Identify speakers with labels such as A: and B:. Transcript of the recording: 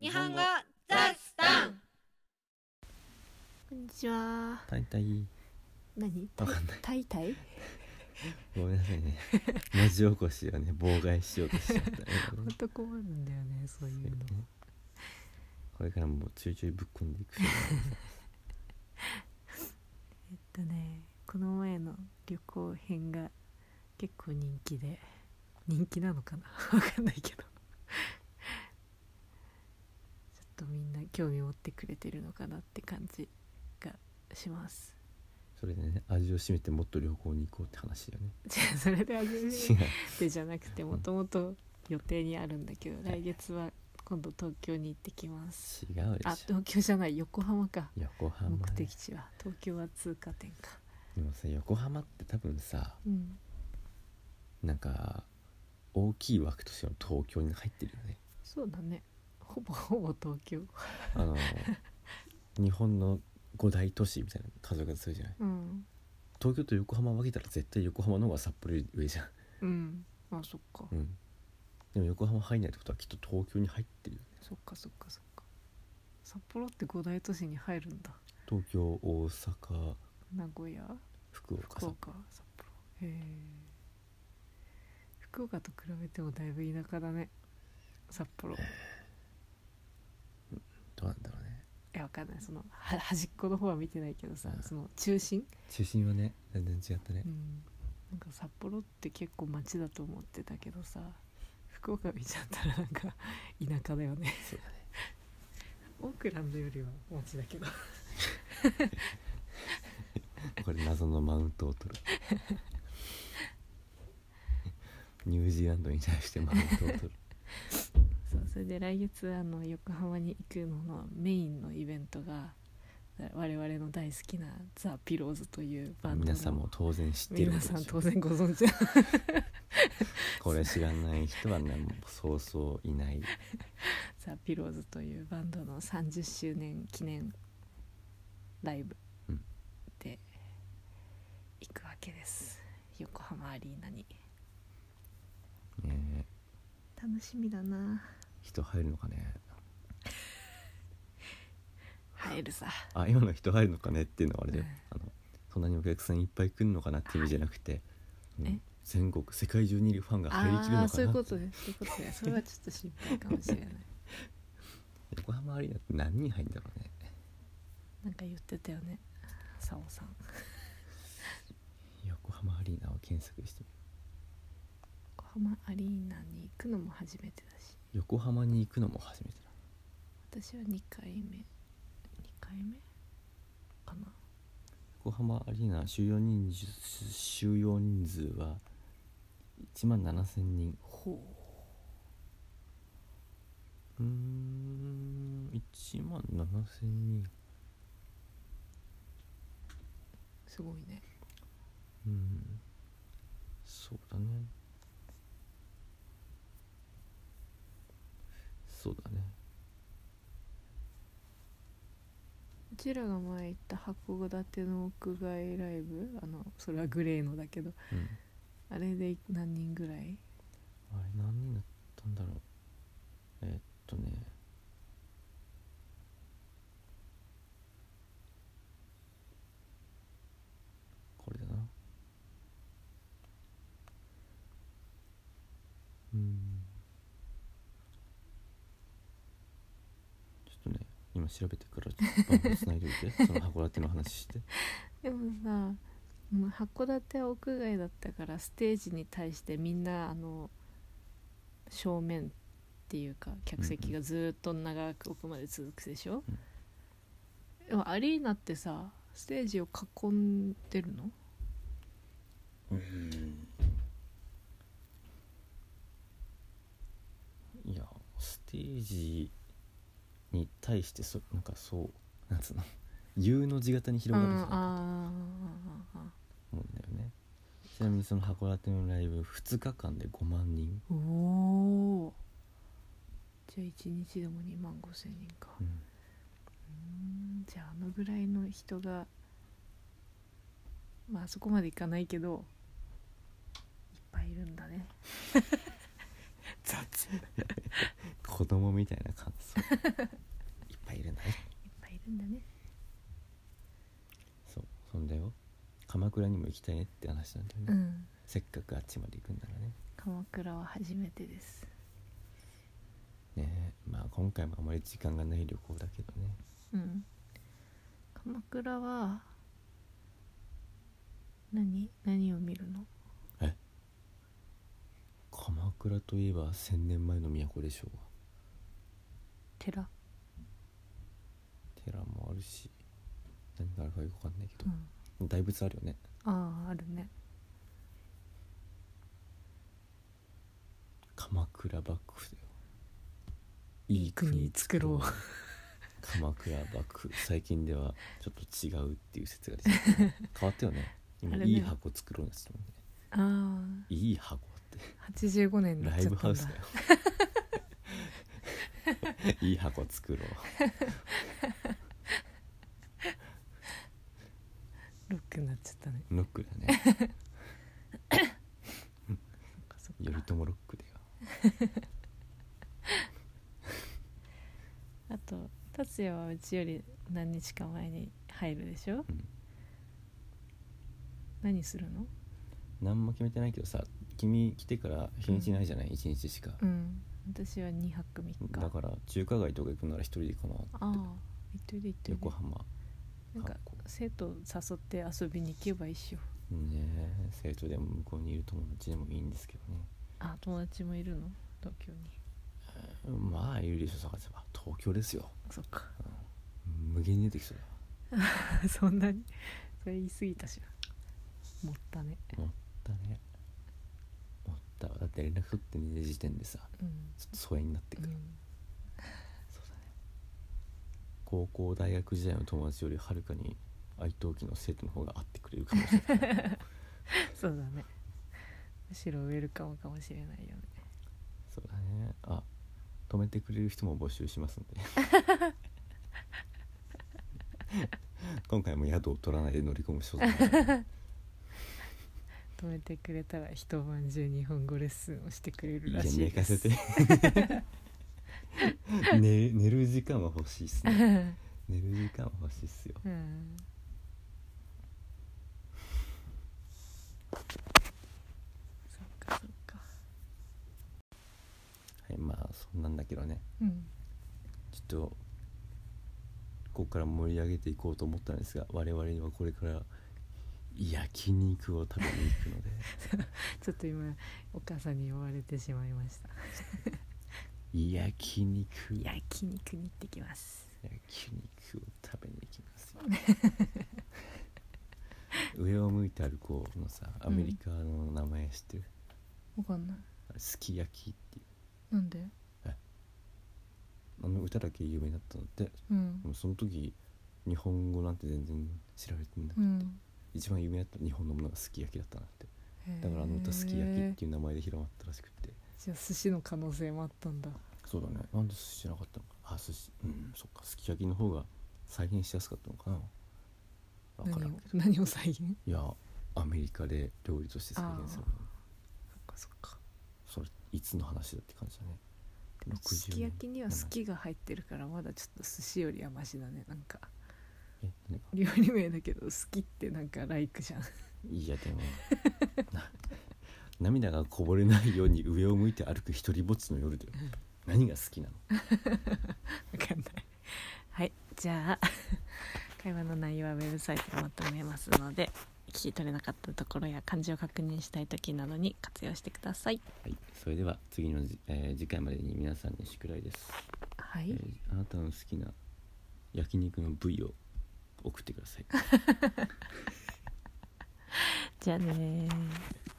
A: 日本語ザスタン
B: こんにちは。
C: 大体
B: 何？
C: わかんない
B: タイタイ？
C: ごめんなさい ね文字起こしをね妨害しようとしちゃった今
B: 本
C: ね
B: 当困るんだよね、そういうの。
C: これからもうちょいちょいぶっこんでいくし
B: えっとね、この前の旅行編が結構人気で、人気なのかな？ わかんないけど。ちょっとみんな興味持ってくれてるのかなって感じがします。
C: それでね味を占めてもっと旅行に行こうって話だよね
B: じゃあそれであげる。
C: 違う
B: ってじゃなくてもともと予定にあるんだけど来月は今度東京に行ってきます
C: 違うで
B: あ
C: しょ
B: 東京じゃない横浜か
C: 横
B: 目
C: 浜、ね、
B: 的地は東京は通過点か
C: でもさ横浜って多分さ
B: うん
C: なんか大きい枠としての東京に入ってるよね
B: そうだねほぼ ほぼ東京
C: あ の日本の五大都市みたいな数がするじゃない
B: うん
C: 東京と横浜分けたら絶対横浜の方が札幌より上じゃん
B: うんあそっか、
C: うん、でも横浜入んないってことはきっと東京に入ってるよね
B: そっかそっかそっか札幌って五大都市に入るんだ
C: 東京大阪
B: 名古屋
C: 福岡
B: 福
C: さ
B: 岡札幌へえ福岡と比べてもだいぶ田舎だね札幌
C: どうなんだろうね
B: いやわかんないそのは端っこの方は見てないけどさ、
C: うん
B: その中心、
C: 中心はね全然違ったね
B: うん、なんか札幌って結構街だと思ってたけどさ福岡見ちゃったらなんか 田舎だよね
C: そうだね
B: オークランドよりは街だけど
C: これ謎のマウントを取る ニュージーランドに対してマウントを取る
B: そうそれで来月あの横浜に行くののメインのイベントが我々の大好きなザ・ピローズという バンドの
C: 皆さんも当然知ってるこ
B: 皆
C: と
B: さん
C: でしょ
B: 当然ご存知
C: これ知らない人はねもうそうそういない
B: ザ・ピローズというバンドの30周年記念ライブ
C: うん
B: で行くわけです、横浜アリーナに
C: ね
B: 楽しみだな
C: 人入るのかね
B: 入るさ
C: あ今の人入るのかねっていうのはあれで、
B: うん
C: あのそんなにお客さんいっぱい来るのかなって意味じゃなくて、うん
B: え
C: 全国世界中にいるファンが入りきるのか
B: あ
C: な
B: あ
C: って
B: そういうことねそういうことねそれはちょっと心配かもしれない
C: 横浜アリーナって何人入るんだろうね
B: なんか言ってたよね沙央さん
C: 横浜アリーナを検索してみる
B: 横浜アリーナに行くのも初めてだし
C: 横浜に行くのも初めてだ
B: 私は2回目2回目かな
C: 横浜アリーナ収容人数収容人数は1万7000人
B: ほ
C: うーん1万7000人
B: うすごいね
C: うんそうだねそうだね
B: うちらが前行った函館の屋外ライブあのそれはグレーのだけど
C: うん
B: あれで何人ぐらい
C: あれ何人だったんだろうえーっとねこれだなうんちょっとね今調べてからちょっとバンつないでおいてその函館の話して
B: でもさもう函館は屋外だったからステージに対してみんなあの正面っていうか客席がずーっと長く奥まで続くでしょ、
C: うん
B: でもアリーナってさステージを囲んでるの
C: うんいやステージに対してそなんかそうなんつうの U の字型に広がるじゃ
B: うん
C: ない
B: あーあ
C: と思うんだよねちなみにその函館のライブ2日間で5万人、
B: ーおおじゃあ1日でも2万5千人か
C: うん
B: うんじゃああのぐらいの人がまああそこまでいかないけどいっぱいいるんだね雑
C: こ子供みたいな感 想いっぱいいるんだね
B: いっぱいいるんだね
C: そうそんだよ鎌倉にも行きたいねって話なんだよね、
B: うん
C: せっかくあっちまで行くんだからね
B: 鎌倉は初めてです
C: ねえまあ今回もあまり時間がない旅行だけどね
B: うん鎌倉は何何を見るの
C: 鎌倉といえば千年前の都でしょう
B: 寺
C: 寺もあるし何があるかよくわかんないけ
B: う
C: ど、
B: ん
C: 大仏あるよね
B: あああるね
C: 鎌倉幕府だよいい
B: 国作ろう
C: 鎌倉幕府最近ではちょっと違うっていう説が出てきたね変わったよね今
B: あれね
C: いい箱作ろうなってたもんね
B: ああ
C: いい箱って
B: 85年にな
C: ラ
B: っ
C: イ
B: ちゃ
C: ブ
B: った
C: ハ
B: ん
C: ウ
B: だ
C: スだよいい箱作ろう
B: ロックになっちゃったね
C: ロックだね
B: そっかそっ
C: 頼
B: か
C: 朝ロックだよ
B: あと達也はうちより何日か前に入るでしょ、
C: うん
B: 何するの
C: 何も決めてないけどさ君来てから日にちないじゃない、一日しか、
B: うん私は2泊3日
C: だから中華街とか行くなら一人で行こう
B: ああ
C: なって
B: 行っといで行っといで
C: 横浜
B: なんか生徒誘って遊びに行けばいいっしょ
C: ねえ生徒でも向こうにいる友達でもいいんですけどね
B: あ友達もいるの東京に
C: まあいるでしょ探せば東京ですよ
B: そっか
C: 無限に出てきそう
B: そんなにそれ言い過ぎたしなもったね
C: だ持ったね持ったわだって連絡取ってね時点でさ
B: うん、
C: ちょっと疎遠になってく
B: う
C: る、
B: ん、
C: そうだね高校大学時代の友達よりはるかに愛登記の生徒の方が会ってくれるかもしれない
B: そうだねむしろウェルカムかもしれないよね
C: そうだねあ止めてくれる人も募集し ますんで今回も宿を取らないで乗り込む所存だからね
B: 止めてくれたら一晩中日本語レッスンをしてくれる
C: い
B: ら
C: や
B: し
C: 寝
B: い
C: か
B: です
C: せ て寝寝る時間は欲しいっすね 寝る時間は欲しいっすよ
B: うんそっかそっか
C: はいまあそんなんだけどね
B: うん
C: ちょっとここから盛り上げていこうと思ったんですが我々にはこれから焼肉を食べに行くので
B: ちょっと今お母さんに呼ばれてしまいました
C: 焼肉焼
B: 焼肉に行ってきます
C: 肉を食べに行きますよ 上を向いて歩こうのさアメリカの名前知ってる、
B: わかんない
C: あれすき焼きっていう
B: なんで
C: あの歌だけ有名になったのってで
B: うん
C: もその時日本語なんて全然知られてな
B: う
C: くて、
B: ん
C: 一番有名だった日本のものがすき焼きだったなってだからあの歌「
B: た
C: すき焼き」っていう名前で広まったらしくて
B: じゃあ寿司の可能性もあったんだ
C: そうだねなんで寿司じゃなかったのかあ寿司うんそっかすき焼きの方が再現しやすかったのかな分から
B: 何
C: ん
B: を
C: けど
B: 何を再現そっ
C: いやアメリカで料理として再現するの
B: かそっか
C: それいつの話だって感じだね
B: でも
C: 60
B: すき焼きには「
C: 年
B: すき」が入ってるからまだちょっと寿司よりはマシだねなんか
C: え何か
B: 料理名だけど「好き」ってなんかライクじゃん
C: いやでも な涙がこぼれないように上を向いて歩く一人ぼっちの夜だよ何が好きなの
B: わかんないはいじゃあ会話の内容はウェブサイトでまとめますので聞き取れなかったところや漢字を確認したい時などに活用してください
C: はい、それでは次のじ、えー次回までに皆さんに宿題です、
B: は
C: え
B: い
C: ーあなたの好きな焼肉の部位を送ってください
B: じゃあねー